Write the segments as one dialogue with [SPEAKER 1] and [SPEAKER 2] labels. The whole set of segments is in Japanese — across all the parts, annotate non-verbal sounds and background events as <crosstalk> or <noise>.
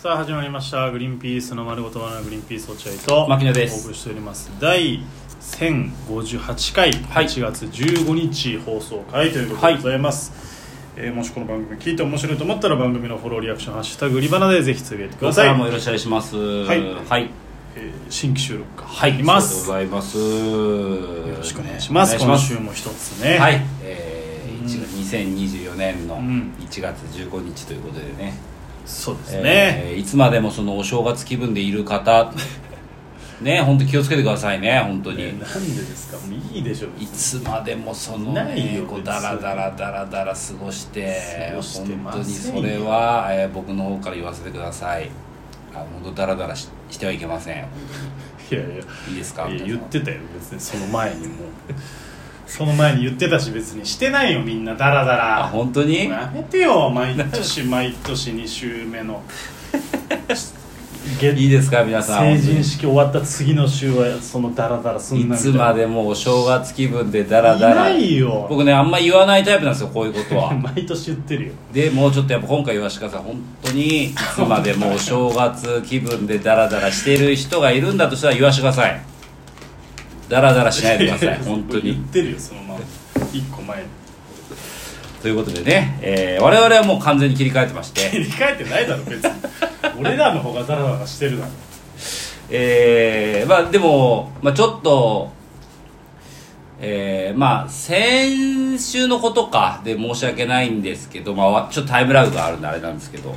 [SPEAKER 1] さあ始まりました「グリーンピースの丸ごとバナナグリーンピース落合」と
[SPEAKER 2] 牧野です
[SPEAKER 1] お送りしております第1058回
[SPEAKER 2] はい
[SPEAKER 1] 1月15日放送回ということでございます、えーもしこの番組聞いて面白いと思ったら番組のフォローリアクション「ハッシュタググリバナ」でぜひつぶやいてく
[SPEAKER 2] これ
[SPEAKER 1] だ
[SPEAKER 2] か
[SPEAKER 1] さい
[SPEAKER 2] ら、もよろしくお願いしますはいはい、
[SPEAKER 1] えー新規収録が
[SPEAKER 2] は
[SPEAKER 1] 入
[SPEAKER 2] い、
[SPEAKER 1] りま
[SPEAKER 2] そうですご
[SPEAKER 1] よ
[SPEAKER 2] ざいます
[SPEAKER 1] ろしくお願いします
[SPEAKER 2] お願いし
[SPEAKER 1] 今週も一つね、
[SPEAKER 2] はい、えー、
[SPEAKER 1] うん
[SPEAKER 2] 1月2024年の
[SPEAKER 1] うん
[SPEAKER 2] 1月15日ということでね,、
[SPEAKER 1] そうですね、
[SPEAKER 2] えーいつまでもそのお正月気分でいる方 <laughs> ね本当気をつけてくださいね本当に、
[SPEAKER 1] えーなんでですかもういいでしょ
[SPEAKER 2] いつまでもその、
[SPEAKER 1] ない
[SPEAKER 2] ね
[SPEAKER 1] よ、
[SPEAKER 2] こう
[SPEAKER 1] 別に
[SPEAKER 2] だらだらだらだら過ごして
[SPEAKER 1] 過ごして
[SPEAKER 2] 本
[SPEAKER 1] ま
[SPEAKER 2] 当
[SPEAKER 1] せんよ
[SPEAKER 2] にそれは、えー僕の方から言わせてくださいあ本当だらだらししてはいけません
[SPEAKER 1] いやいや
[SPEAKER 2] いいですか
[SPEAKER 1] い
[SPEAKER 2] 皆
[SPEAKER 1] や
[SPEAKER 2] さん
[SPEAKER 1] 言ってたよ別にその前にもその前に言ってたし別にしてないよみんなダラダ
[SPEAKER 2] あ
[SPEAKER 1] ラも
[SPEAKER 2] 本当
[SPEAKER 1] う
[SPEAKER 2] に
[SPEAKER 1] やめてよ毎年毎年2週目
[SPEAKER 2] <laughs>
[SPEAKER 1] の月
[SPEAKER 2] いいですか皆さん
[SPEAKER 1] 成人式終わった次の週はそのダラダラすん
[SPEAKER 2] い
[SPEAKER 1] なみた
[SPEAKER 2] つ
[SPEAKER 1] いな
[SPEAKER 2] までもお正月気分でダラダラ
[SPEAKER 1] いないよ
[SPEAKER 2] 僕ねあんま言わないタイプなんですよこういうことは <laughs>
[SPEAKER 1] 毎年言ってるよ
[SPEAKER 2] でもうちょっとやっぱ今回言わせてください本当にいつまでもお正月気分でダラダラしてる人がいるんだとしたら言わせてくださいダラダラしないでく
[SPEAKER 1] <laughs>
[SPEAKER 2] ださい本当
[SPEAKER 1] 言っ
[SPEAKER 2] に
[SPEAKER 1] てるよそのまま1個前に
[SPEAKER 2] ということでね、えー我々はもう完全に切り替えてまし
[SPEAKER 1] 切
[SPEAKER 2] て、
[SPEAKER 1] り替えてないだろ別に俺らの方がダラダラしてるだろ
[SPEAKER 2] えーまあでも、まあ、ちょっとえーまあ先週のことかで申し訳ないんですけど、まあわ、ちょっとタイムラグがあるんであれなんですけど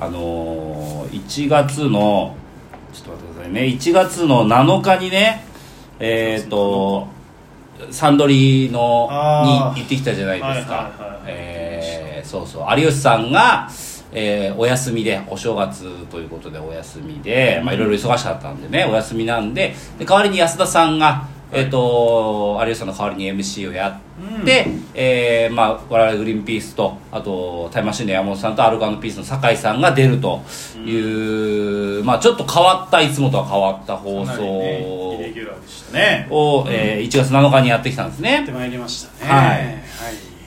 [SPEAKER 2] あのー、1月のちょっと待ってくださいね1月の7日にねえっ、とサンドリの
[SPEAKER 1] あー
[SPEAKER 2] に行ってきたじゃないですか
[SPEAKER 1] はいはいはいはい
[SPEAKER 2] えーそうそう有吉さんが、えーお休みでお正月ということでお休みで、まあ、いろいろ忙しかったんでねお休みなんでで代わりに安田さんが、えっと有吉さんの代わりに MC をやって、えーまあ、我々グリーンピースとあとタイムマシーンの山本さんとアルカンピースの酒井さんが出るという、まあ、ちょっと変わったいつもとは変わった放
[SPEAKER 1] かなりねイレ
[SPEAKER 2] 送
[SPEAKER 1] ギュラーでしたね
[SPEAKER 2] を、えー1月7日にやってきたんですね。
[SPEAKER 1] やってまいりましたね
[SPEAKER 2] はい
[SPEAKER 1] はい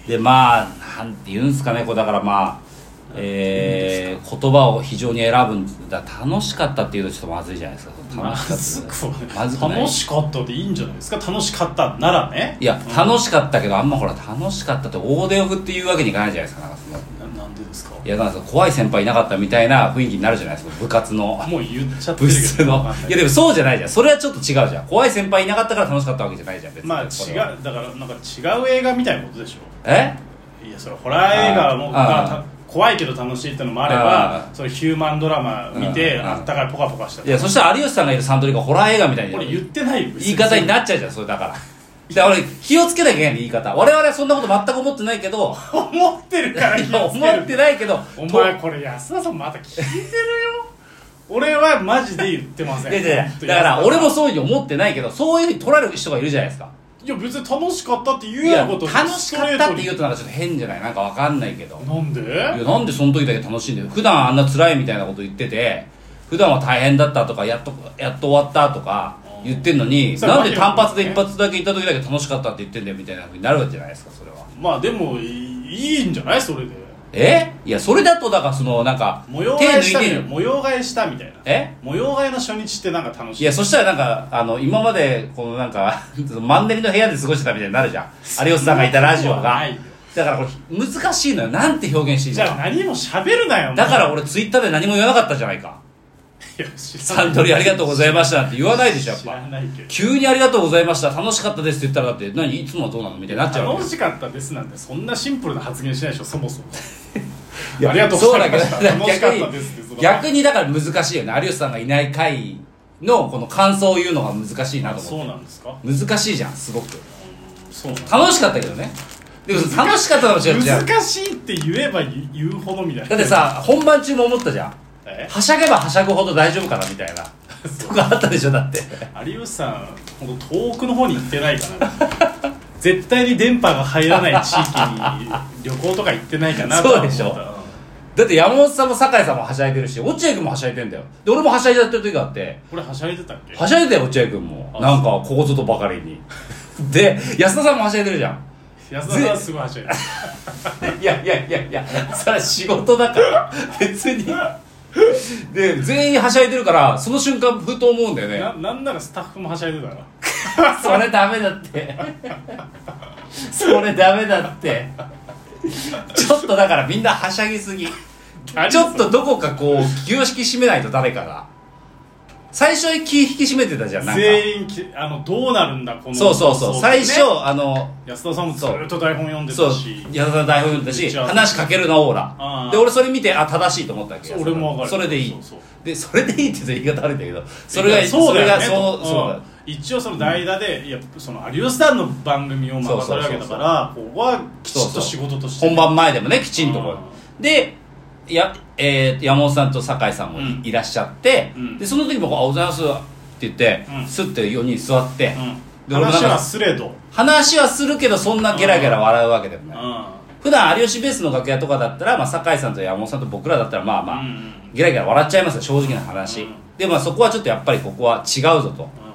[SPEAKER 2] でまあなんて言うんですかねこうだからまあえー言葉を非常に選ぶんだ楽しかったっていうとちょっとまずいじゃないですか
[SPEAKER 1] ま
[SPEAKER 2] 楽し
[SPEAKER 1] ず
[SPEAKER 2] か
[SPEAKER 1] く
[SPEAKER 2] った
[SPEAKER 1] は
[SPEAKER 2] まずくない
[SPEAKER 1] 楽しかったでいいんじゃないですか楽しかったならね
[SPEAKER 2] いや楽しかったけどあんまほら楽しかったって大手を振って言うわけにいかないじゃないですかなんかその
[SPEAKER 1] ななんでですか
[SPEAKER 2] いやなんか怖い先輩いなかったみたいな雰囲気になるじゃないですか部活の
[SPEAKER 1] もう言っちゃって
[SPEAKER 2] 部
[SPEAKER 1] る
[SPEAKER 2] 室
[SPEAKER 1] けど
[SPEAKER 2] の
[SPEAKER 1] <laughs> わかんない
[SPEAKER 2] いやでもそうじゃないじゃんそれはちょっと違うじゃん怖い先輩いなかったから楽しかったわけじゃないじゃん別に
[SPEAKER 1] まあ違
[SPEAKER 2] こ
[SPEAKER 1] う
[SPEAKER 2] れは
[SPEAKER 1] だからなんか違う映画みたいなことでし
[SPEAKER 2] え
[SPEAKER 1] ょいやそれホラー映画も
[SPEAKER 2] あー
[SPEAKER 1] が
[SPEAKER 2] あー
[SPEAKER 1] た怖いけど楽しいってのもあれ
[SPEAKER 2] あ
[SPEAKER 1] ば
[SPEAKER 2] ー
[SPEAKER 1] それヒューマンドラマ見て
[SPEAKER 2] うんうん
[SPEAKER 1] あったかいポカポカした
[SPEAKER 2] いやそしたら有吉さんがいるサントリーがホラー映画みたいに
[SPEAKER 1] これ言ってないよ
[SPEAKER 2] 言い方になっちゃうじゃんそれだからだから俺気をつけなきゃいけないんだ言い方我々はそんなこと全く思ってない
[SPEAKER 1] <laughs>
[SPEAKER 2] けど
[SPEAKER 1] 思ってるから
[SPEAKER 2] いや
[SPEAKER 1] 言
[SPEAKER 2] 思ってないけど
[SPEAKER 1] お
[SPEAKER 2] と
[SPEAKER 1] 前これ安田さんまた聞いてるよ俺はマジで言ってません
[SPEAKER 2] いやいやい
[SPEAKER 1] 本当
[SPEAKER 2] や
[SPEAKER 1] に
[SPEAKER 2] だから
[SPEAKER 1] 安田さん
[SPEAKER 2] 俺もそういうふうに思ってないけどそういうふうに取られる人がいるじゃないですか
[SPEAKER 1] いや別に楽しかったって言
[SPEAKER 2] いう
[SPEAKER 1] よ
[SPEAKER 2] や
[SPEAKER 1] うなこと
[SPEAKER 2] 楽
[SPEAKER 1] を
[SPEAKER 2] しかったって言うとなんかちょっと変じゃないなんかわかんないけど
[SPEAKER 1] なん
[SPEAKER 2] い
[SPEAKER 1] で
[SPEAKER 2] やなんでその時だけ楽しんでる普段あんな辛いみたいなこと言ってて普段は大変だったとかやっとやっと終わったとか言ってんのに
[SPEAKER 1] それ
[SPEAKER 2] な
[SPEAKER 1] は
[SPEAKER 2] んで
[SPEAKER 1] わけわ
[SPEAKER 2] 単
[SPEAKER 1] かんない
[SPEAKER 2] 発で一発だけ行った時だけ楽しかったって言ってんだよみたいなふうになるわけじゃないですかそれは
[SPEAKER 1] まあでもいいいいんじゃないそれで
[SPEAKER 2] えいやそれだとだからそのなんか
[SPEAKER 1] 模様替えしたみたい
[SPEAKER 2] 手抜い
[SPEAKER 1] な
[SPEAKER 2] てる
[SPEAKER 1] 模様替えしたみたいな
[SPEAKER 2] え
[SPEAKER 1] 模様替えの初日ってなんか楽しい
[SPEAKER 2] いやそしたらなんかあの今までこのなんか <laughs> そのマンネリの部屋で過ごしてたみたいになるじゃん有吉さんがいたラジオ
[SPEAKER 1] そんなことは
[SPEAKER 2] が
[SPEAKER 1] ないよ
[SPEAKER 2] だからこれ難しいのよなんて表現していい
[SPEAKER 1] じ
[SPEAKER 2] の
[SPEAKER 1] ゃあ
[SPEAKER 2] か
[SPEAKER 1] 何も喋るなよ
[SPEAKER 2] だから
[SPEAKER 1] も
[SPEAKER 2] 俺ツイッターで何も言わなかったじゃないか
[SPEAKER 1] ういや知ら
[SPEAKER 2] サ
[SPEAKER 1] ない
[SPEAKER 2] ントリーありがとうございましたなんて言わないでしょやっ
[SPEAKER 1] 知ら
[SPEAKER 2] ぱ
[SPEAKER 1] ないけど
[SPEAKER 2] 急にありがとうございました楽しかったですって言ったらだって何いつもはどうなのみたいになっちゃうわけ
[SPEAKER 1] 楽しかったですなんてそんなシンプルな発言しないでしょそもそも
[SPEAKER 2] <laughs> いや
[SPEAKER 1] ありがとうございまし
[SPEAKER 2] そ
[SPEAKER 1] た
[SPEAKER 2] うだけど
[SPEAKER 1] 楽しかったですってその
[SPEAKER 2] <laughs> 逆に逆にだから難しいよね有吉さんがいない回のこの感想を言うのが難しいなと
[SPEAKER 1] そ
[SPEAKER 2] 思
[SPEAKER 1] う
[SPEAKER 2] って
[SPEAKER 1] なんですか
[SPEAKER 2] 難しいじゃんすごく
[SPEAKER 1] そうなん
[SPEAKER 2] 楽しかったけどねでも楽しかったのも違うじゃんだ
[SPEAKER 1] 難しいって言えば言う言うほどみたいな
[SPEAKER 2] ってさ本番中も思ったじゃん
[SPEAKER 1] え
[SPEAKER 2] はしゃげばはしゃぐほど大丈夫かなみたいなとかあったでしょだって
[SPEAKER 1] 有吉さんほんと遠くの方に行ってないかな
[SPEAKER 2] <laughs>
[SPEAKER 1] 絶対に電波が入らない地域に旅行とか行ってないかなとは思った
[SPEAKER 2] そうでしだって山本さんも酒井さんもはしゃいでるし落合君もはしゃいでんだよで俺もはしゃいじゃってる時があって
[SPEAKER 1] これはしゃいでたっけ
[SPEAKER 2] はしゃいでたよ落合君も
[SPEAKER 1] あ
[SPEAKER 2] なんかここぞとばかりにで安田さんもはしゃいでるじゃん
[SPEAKER 1] 安田さんはすごいはしゃいでた
[SPEAKER 2] いやいやいやいやそれは仕事だから別にで全員はしゃいでるからその瞬間ふと思うんだよね
[SPEAKER 1] ななんならスタッフもはしゃいでたから
[SPEAKER 2] それダメだってそれダメだってちょっとだからみんなはしゃぎすぎ
[SPEAKER 1] 何
[SPEAKER 2] ちょっとどこかこう気を引き締めないと誰かが最初に気引き締めてたじゃんなんか
[SPEAKER 1] 全員きあのどうなるんだこの
[SPEAKER 2] そうそうそう
[SPEAKER 1] 放送
[SPEAKER 2] 最
[SPEAKER 1] ね
[SPEAKER 2] 初あの
[SPEAKER 1] 安田さんもずっと台本読んで
[SPEAKER 2] そう
[SPEAKER 1] たし
[SPEAKER 2] 矢田さん台本だ
[SPEAKER 1] め
[SPEAKER 2] し
[SPEAKER 1] っちゃ
[SPEAKER 2] 話しかけるなオー
[SPEAKER 1] あ
[SPEAKER 2] ラ
[SPEAKER 1] あ
[SPEAKER 2] で俺それ見てあ正しいと思ったわけ
[SPEAKER 1] そう俺も分かる
[SPEAKER 2] それでいい
[SPEAKER 1] そうそう
[SPEAKER 2] でそれでいいって言い方悪いんだけどそれが
[SPEAKER 1] そうだよね
[SPEAKER 2] それがそう
[SPEAKER 1] と
[SPEAKER 2] そう
[SPEAKER 1] う
[SPEAKER 2] だ
[SPEAKER 1] ん一応その代打で、いやその有吉さんの番組を回されるわけだからここはきちっと仕事として
[SPEAKER 2] 本番前でもねきちんとこ
[SPEAKER 1] うん
[SPEAKER 2] うでや、えー山本さんと酒井さんも
[SPEAKER 1] うん
[SPEAKER 2] いらっしゃって、
[SPEAKER 1] うん
[SPEAKER 2] でその時僕「あおはようございます」って言って、
[SPEAKER 1] うん
[SPEAKER 2] スッて4人座って、
[SPEAKER 1] う
[SPEAKER 2] で
[SPEAKER 1] ん、
[SPEAKER 2] 俺もなん
[SPEAKER 1] 話
[SPEAKER 2] か
[SPEAKER 1] はすれど、
[SPEAKER 2] 話はするけどそんなゲラゲラ笑うわけでも
[SPEAKER 1] う
[SPEAKER 2] ない、
[SPEAKER 1] ん
[SPEAKER 2] 普段有吉ベースの楽屋とかだったら、まあ、酒井さんと山本さんと僕らだったらまあまあ、
[SPEAKER 1] うんうん
[SPEAKER 2] ゲラゲラ笑っちゃいますよ正直な話、
[SPEAKER 1] うん
[SPEAKER 2] でまあそこはちょっとやっぱりここは違うぞと、
[SPEAKER 1] うん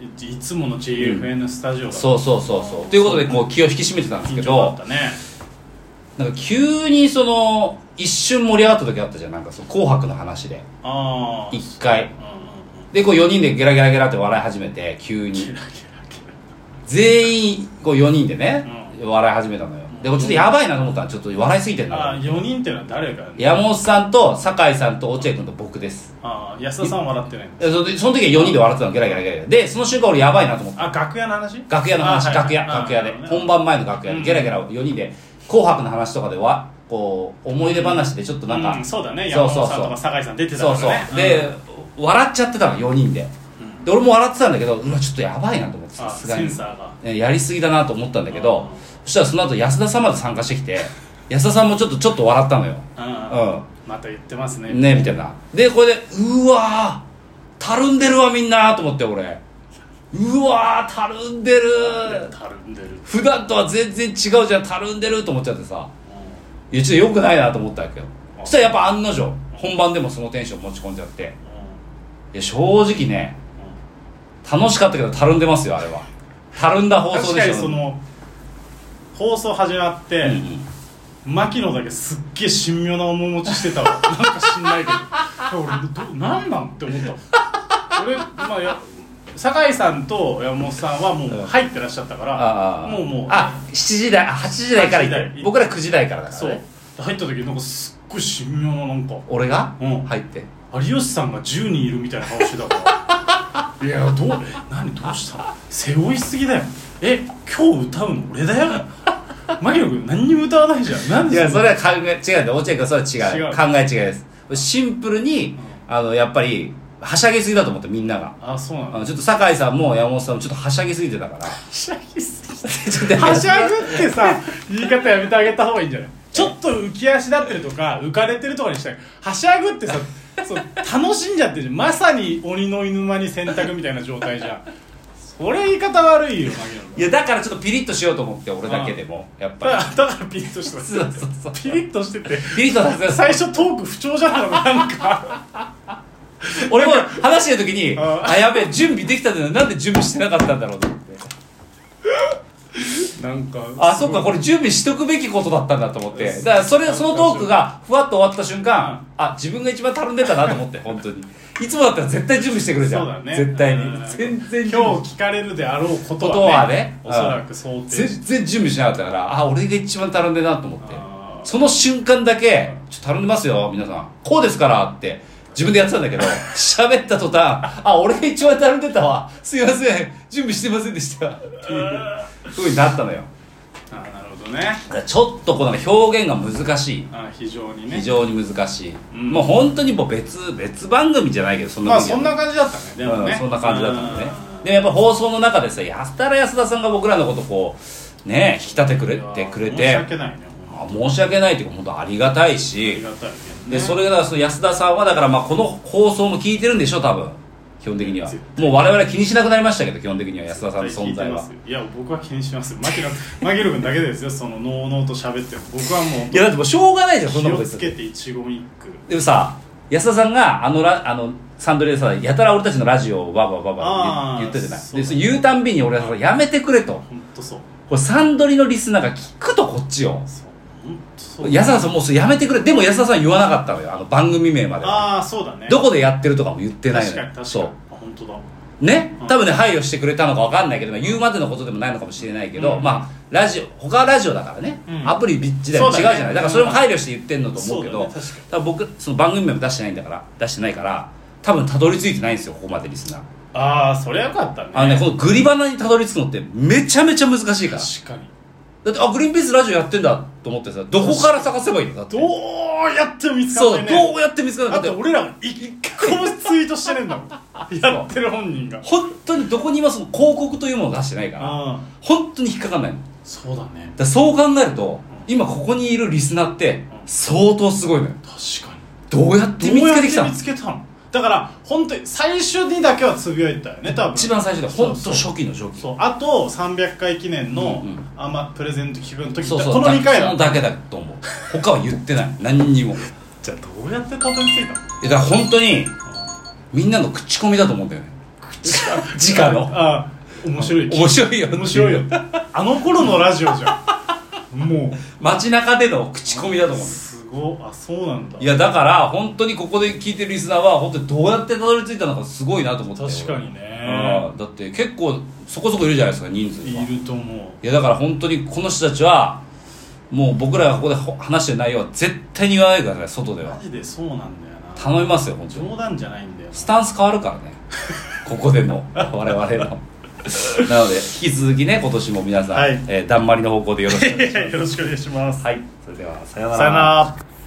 [SPEAKER 1] いいつもの JFN スタジオだ、
[SPEAKER 2] そうそうそうそうということでこう気を引き締めてたんですけ
[SPEAKER 1] 緊
[SPEAKER 2] ど
[SPEAKER 1] 張だったね
[SPEAKER 2] なんか急にその一瞬盛り上がった時あったじゃんなんかその紅白の話で
[SPEAKER 1] ああ
[SPEAKER 2] 一回
[SPEAKER 1] うんうんうん
[SPEAKER 2] でこう4人でゲラゲラゲラって笑い始めて急
[SPEAKER 1] ゲラ
[SPEAKER 2] に
[SPEAKER 1] ゲラゲ
[SPEAKER 2] 全員こう4人でね、笑い始めたのよでもちょっとやばいなと思ったらちょっと笑いすぎてる
[SPEAKER 1] ラああ
[SPEAKER 2] な
[SPEAKER 1] 4人ってのは誰かね
[SPEAKER 2] 山本さんと酒井さんと落合君と僕です
[SPEAKER 1] ああ安田さんは笑ってない
[SPEAKER 2] でその時その時は4人で笑ってたのゲラゲラゲラゲラでその瞬間俺やばいなと思った
[SPEAKER 1] あ楽屋の話
[SPEAKER 2] 楽屋の話、
[SPEAKER 1] あはい
[SPEAKER 2] 楽屋
[SPEAKER 1] あ
[SPEAKER 2] 楽屋で
[SPEAKER 1] なるほどね
[SPEAKER 2] 本番前の楽屋で
[SPEAKER 1] うん
[SPEAKER 2] ゲラゲラ4人で紅白の話とかではこう思い出話でちょっとなんか、
[SPEAKER 1] うん、そうだね
[SPEAKER 2] そ
[SPEAKER 1] 山
[SPEAKER 2] うそう
[SPEAKER 1] 本
[SPEAKER 2] そう
[SPEAKER 1] さんとか酒井さん出てたか
[SPEAKER 2] そう
[SPEAKER 1] らね
[SPEAKER 2] そう、で笑っちゃってたの4人で
[SPEAKER 1] うん
[SPEAKER 2] で俺も笑ってたんだけどうわちょっとやばいなと思ってさ
[SPEAKER 1] あ
[SPEAKER 2] すが
[SPEAKER 1] セ
[SPEAKER 2] に
[SPEAKER 1] ンサーが
[SPEAKER 2] えやりすぎだなと思ったんだけど、
[SPEAKER 1] うん
[SPEAKER 2] そしたらその後安田さんまで参加してき
[SPEAKER 1] <laughs>
[SPEAKER 2] て安田さんもちょっとちょっと笑ったのよ
[SPEAKER 1] うんまた言ってますね
[SPEAKER 2] ねみたいなでこれでうわーたるんでるわみんなと思って俺うわーたるんでる
[SPEAKER 1] たるんでる、うん
[SPEAKER 2] 普段とは全然違うじゃんたるんでると思っちゃってさいやちょっと良くないなと思ったわけよそしたらやっぱ案の定本番でもそのテンション持ち込んじゃっていや正直ね楽しかったけどたるんでますよあれはたるんだ放送
[SPEAKER 1] 確
[SPEAKER 2] で
[SPEAKER 1] か
[SPEAKER 2] し
[SPEAKER 1] に
[SPEAKER 2] ょ
[SPEAKER 1] その放送始まって、
[SPEAKER 2] うんうん
[SPEAKER 1] 牧野だけすっげえ神妙な面持ちして
[SPEAKER 2] <laughs>
[SPEAKER 1] たわなんか知んないけどいや俺どうなんなんって思った俺まあや酒井さんと山本さんはもう入ってらっしゃったから、
[SPEAKER 2] ああ
[SPEAKER 1] もうもう
[SPEAKER 2] あ7時台あ8時台から行っ
[SPEAKER 1] 8時
[SPEAKER 2] て
[SPEAKER 1] 台
[SPEAKER 2] 僕ら9時台からだか
[SPEAKER 1] そ
[SPEAKER 2] ら、
[SPEAKER 1] う
[SPEAKER 2] ね、
[SPEAKER 1] 入った時なんかすっごい神妙ななんか
[SPEAKER 2] 俺が、
[SPEAKER 1] うん
[SPEAKER 2] 入って
[SPEAKER 1] 有吉さんが10人いるみたいな顔してたから
[SPEAKER 2] <laughs>
[SPEAKER 1] いやどう何どうしたの背負いすぎだよえ今日歌うの俺だよ牧野君何にも歌わないじゃんなん
[SPEAKER 2] い
[SPEAKER 1] で
[SPEAKER 2] や
[SPEAKER 1] そん
[SPEAKER 2] そ
[SPEAKER 1] な
[SPEAKER 2] れは考え違うんだよ落合君それは違う
[SPEAKER 1] 違う
[SPEAKER 2] 考え違いですシンプルに、あのやっぱりはしゃぎすぎだと思ってみんなが
[SPEAKER 1] あそうな
[SPEAKER 2] あ
[SPEAKER 1] の
[SPEAKER 2] <laughs> のちょっと酒井さんも山本さんもちょっとはしゃぎすぎて
[SPEAKER 1] <laughs>
[SPEAKER 2] たから
[SPEAKER 1] はしゃぎすぎ
[SPEAKER 2] ちょっと
[SPEAKER 1] はしゃぐってさ言い方やめてあげた方がいいんじゃないちょっと浮き足立ってるとか浮かれてるとかにしたいはしゃぐってさそう楽しんじゃってるじゃんまさに鬼の犬間に洗濯みたいな状態じゃんそれ言い方悪いよ牧野君
[SPEAKER 2] いやだからちょっとピリッとしようと思って俺だけでもやっ
[SPEAKER 1] だか
[SPEAKER 2] ぱ
[SPEAKER 1] らだからピリッとして
[SPEAKER 2] り
[SPEAKER 1] た
[SPEAKER 2] <laughs> そうそうそう
[SPEAKER 1] ピリッとしてて
[SPEAKER 2] ピリッとさせて
[SPEAKER 1] 最初トーク不調じゃったのなんか
[SPEAKER 2] 俺も話してる時に
[SPEAKER 1] あ
[SPEAKER 2] あやべえ準備できたのになんで準備してなかったんだろうと思って
[SPEAKER 1] なんか
[SPEAKER 2] あそっかこれ準備しとくべきことだったんだと思って
[SPEAKER 1] うん
[SPEAKER 2] だからそれそのトークがふわっと終わった瞬間あ自分が一番たるんでたなと思って本当にいつもだったら絶対準備してくるじゃ
[SPEAKER 1] そ
[SPEAKER 2] ん
[SPEAKER 1] うだね
[SPEAKER 2] 絶対に
[SPEAKER 1] うん
[SPEAKER 2] 全然準
[SPEAKER 1] 今
[SPEAKER 2] 備
[SPEAKER 1] 日聞かれるであろうこと
[SPEAKER 2] ことは
[SPEAKER 1] は
[SPEAKER 2] ね
[SPEAKER 1] ねおそらく想定して
[SPEAKER 2] 全然準備しなかったからあ俺が一番たるんでたなと思って
[SPEAKER 1] あー
[SPEAKER 2] その瞬間だけ「ちょっとたるんでますよ皆さんこうですから」って自分でやってたん
[SPEAKER 1] <laughs>
[SPEAKER 2] だけど喋った途端「あ俺が一番たるんでたわすいません準備してませんでした」っていうふうになったのよ
[SPEAKER 1] あーなるほどね
[SPEAKER 2] だからちょっとこの表現が難しい
[SPEAKER 1] あー非常にね
[SPEAKER 2] 非常に難しい、
[SPEAKER 1] うん
[SPEAKER 2] もう本当にもう別別番組じゃないけどそんな
[SPEAKER 1] まあ
[SPEAKER 2] 感じ
[SPEAKER 1] そんな感じだったねでもね
[SPEAKER 2] そんな感じだったのねでもやっぱ放送の中でさやたら安田さんが僕らのことこうね引き立てくれ
[SPEAKER 1] うん
[SPEAKER 2] てくれ
[SPEAKER 1] 申して訳ないね
[SPEAKER 2] あ申し訳ないっていうか本当ありがたい
[SPEAKER 1] あり
[SPEAKER 2] し
[SPEAKER 1] がたいけど
[SPEAKER 2] で
[SPEAKER 1] ね
[SPEAKER 2] それがだからその安田さんはだからまあこの放送も聞いてるんでしょ多分基本的には
[SPEAKER 1] 絶
[SPEAKER 2] もう我々気にしなくなりましたけど基本的には安田さんの存在は
[SPEAKER 1] 絶対聞いてますよいや僕は気にしますよ <laughs> 牧野牧野君だけですよそののうのうと喋ってるの僕はもう
[SPEAKER 2] いやだってもうしょうがないじゃんそんな
[SPEAKER 1] 気
[SPEAKER 2] こと
[SPEAKER 1] を
[SPEAKER 2] 言っ
[SPEAKER 1] つ
[SPEAKER 2] てたら
[SPEAKER 1] けて一言一句
[SPEAKER 2] でもさ安田さんがあのラあのサンドリーでさやたら俺たちのラジオをバーバーバーバーって言
[SPEAKER 1] あー
[SPEAKER 2] 言ってたじゃない
[SPEAKER 1] そう
[SPEAKER 2] でそれ言うたんびに俺はさやめてくれと
[SPEAKER 1] 本当そう
[SPEAKER 2] これサンドリのリスナーが聞くとこっちよ
[SPEAKER 1] そう本当そそう
[SPEAKER 2] 安田さんもうそれやめてくれでも安田さん言わなかったのよあの番組名までは
[SPEAKER 1] ああそうだね
[SPEAKER 2] ど
[SPEAKER 1] こ
[SPEAKER 2] こでやってるとかも言ってないの
[SPEAKER 1] 確
[SPEAKER 2] よ
[SPEAKER 1] かに確かに
[SPEAKER 2] そう
[SPEAKER 1] あ本当だ
[SPEAKER 2] ね
[SPEAKER 1] うん
[SPEAKER 2] 多分ね配慮してくれたのか分かんないけど言うまでのことでもないのかもしれないけど、
[SPEAKER 1] うん
[SPEAKER 2] まあラジオ他はラジオだからね、
[SPEAKER 1] うん
[SPEAKER 2] アプリ時代も違うじゃな
[SPEAKER 1] そう
[SPEAKER 2] い
[SPEAKER 1] だ
[SPEAKER 2] だ,、
[SPEAKER 1] ね
[SPEAKER 2] からそれも配慮して言ってんのと思うけ
[SPEAKER 1] そ
[SPEAKER 2] ど
[SPEAKER 1] うだね確かに
[SPEAKER 2] 多分僕その番組名も出してないんだから出してないから多分たどり着いてないんですよここまでリスナー
[SPEAKER 1] ああそりゃよかったね
[SPEAKER 2] あのねこのグリバナにたどり着くのってめちゃめちゃ難しいから
[SPEAKER 1] 確かに
[SPEAKER 2] だってあグリーンピースラジオやってんだと思ってさどこから探せばいいのだって
[SPEAKER 1] どうやっても見つかん
[SPEAKER 2] そ
[SPEAKER 1] な
[SPEAKER 2] う
[SPEAKER 1] いね
[SPEAKER 2] どうやって見つかる
[SPEAKER 1] だ
[SPEAKER 2] か
[SPEAKER 1] って俺ら一個もツイートしてねえんだ
[SPEAKER 2] <laughs>
[SPEAKER 1] もんやってる本人が
[SPEAKER 2] 本当にどこに今その広告というものを出してないから
[SPEAKER 1] ああ
[SPEAKER 2] 本当に引っかかんないの
[SPEAKER 1] そうだね
[SPEAKER 2] だからそう考えると今ここにいるリスナーって相当すごいのよ
[SPEAKER 1] 確かに
[SPEAKER 2] どうやって見つけてきた
[SPEAKER 1] どうやって
[SPEAKER 2] の
[SPEAKER 1] 見つけたのだから本当に最初にだけはつぶやいたよね多分
[SPEAKER 2] 一番最初で
[SPEAKER 1] そう
[SPEAKER 2] 本当初期の初期
[SPEAKER 1] そうあと300回記念の、
[SPEAKER 2] うんうん
[SPEAKER 1] あまあプレゼント企画の時
[SPEAKER 2] そうそう
[SPEAKER 1] この2回だ
[SPEAKER 2] だそのだけだと思う他は言ってない何にもい
[SPEAKER 1] じゃあどうやってたどり着いたの
[SPEAKER 2] やだから本当にみんなの口コミだと思うんだよね口直の
[SPEAKER 1] ああ面白い
[SPEAKER 2] 面白いよ
[SPEAKER 1] 面白いよあの頃のラジオじゃんも
[SPEAKER 2] 街中での口コミだと思う
[SPEAKER 1] うすごいあそうなんだ
[SPEAKER 2] いやだから本当にここで聞いてるリスナーは本当にどうやってたどり着いたのかすごいなと思って
[SPEAKER 1] 確かに
[SPEAKER 2] あ
[SPEAKER 1] ね
[SPEAKER 2] あだって結構そこそこいるじゃないですか人数が
[SPEAKER 1] いると思
[SPEAKER 2] いやだから本当にこの人たちはもう僕らがここでほ話してる内容は絶対に言わないでください外で
[SPEAKER 1] うマ
[SPEAKER 2] は
[SPEAKER 1] ジでそうなんだよな
[SPEAKER 2] 頼みますよ本当に
[SPEAKER 1] 冗談じゃないんだよ
[SPEAKER 2] スタンス変わ
[SPEAKER 1] <laughs>
[SPEAKER 2] るからねここでの我々のなので引き続きね今年も皆さん、
[SPEAKER 1] はい
[SPEAKER 2] えーだんまりの方向でよろしくお願いしま
[SPEAKER 1] よろしくお願いします
[SPEAKER 2] すはいそれではさよう
[SPEAKER 1] さよなら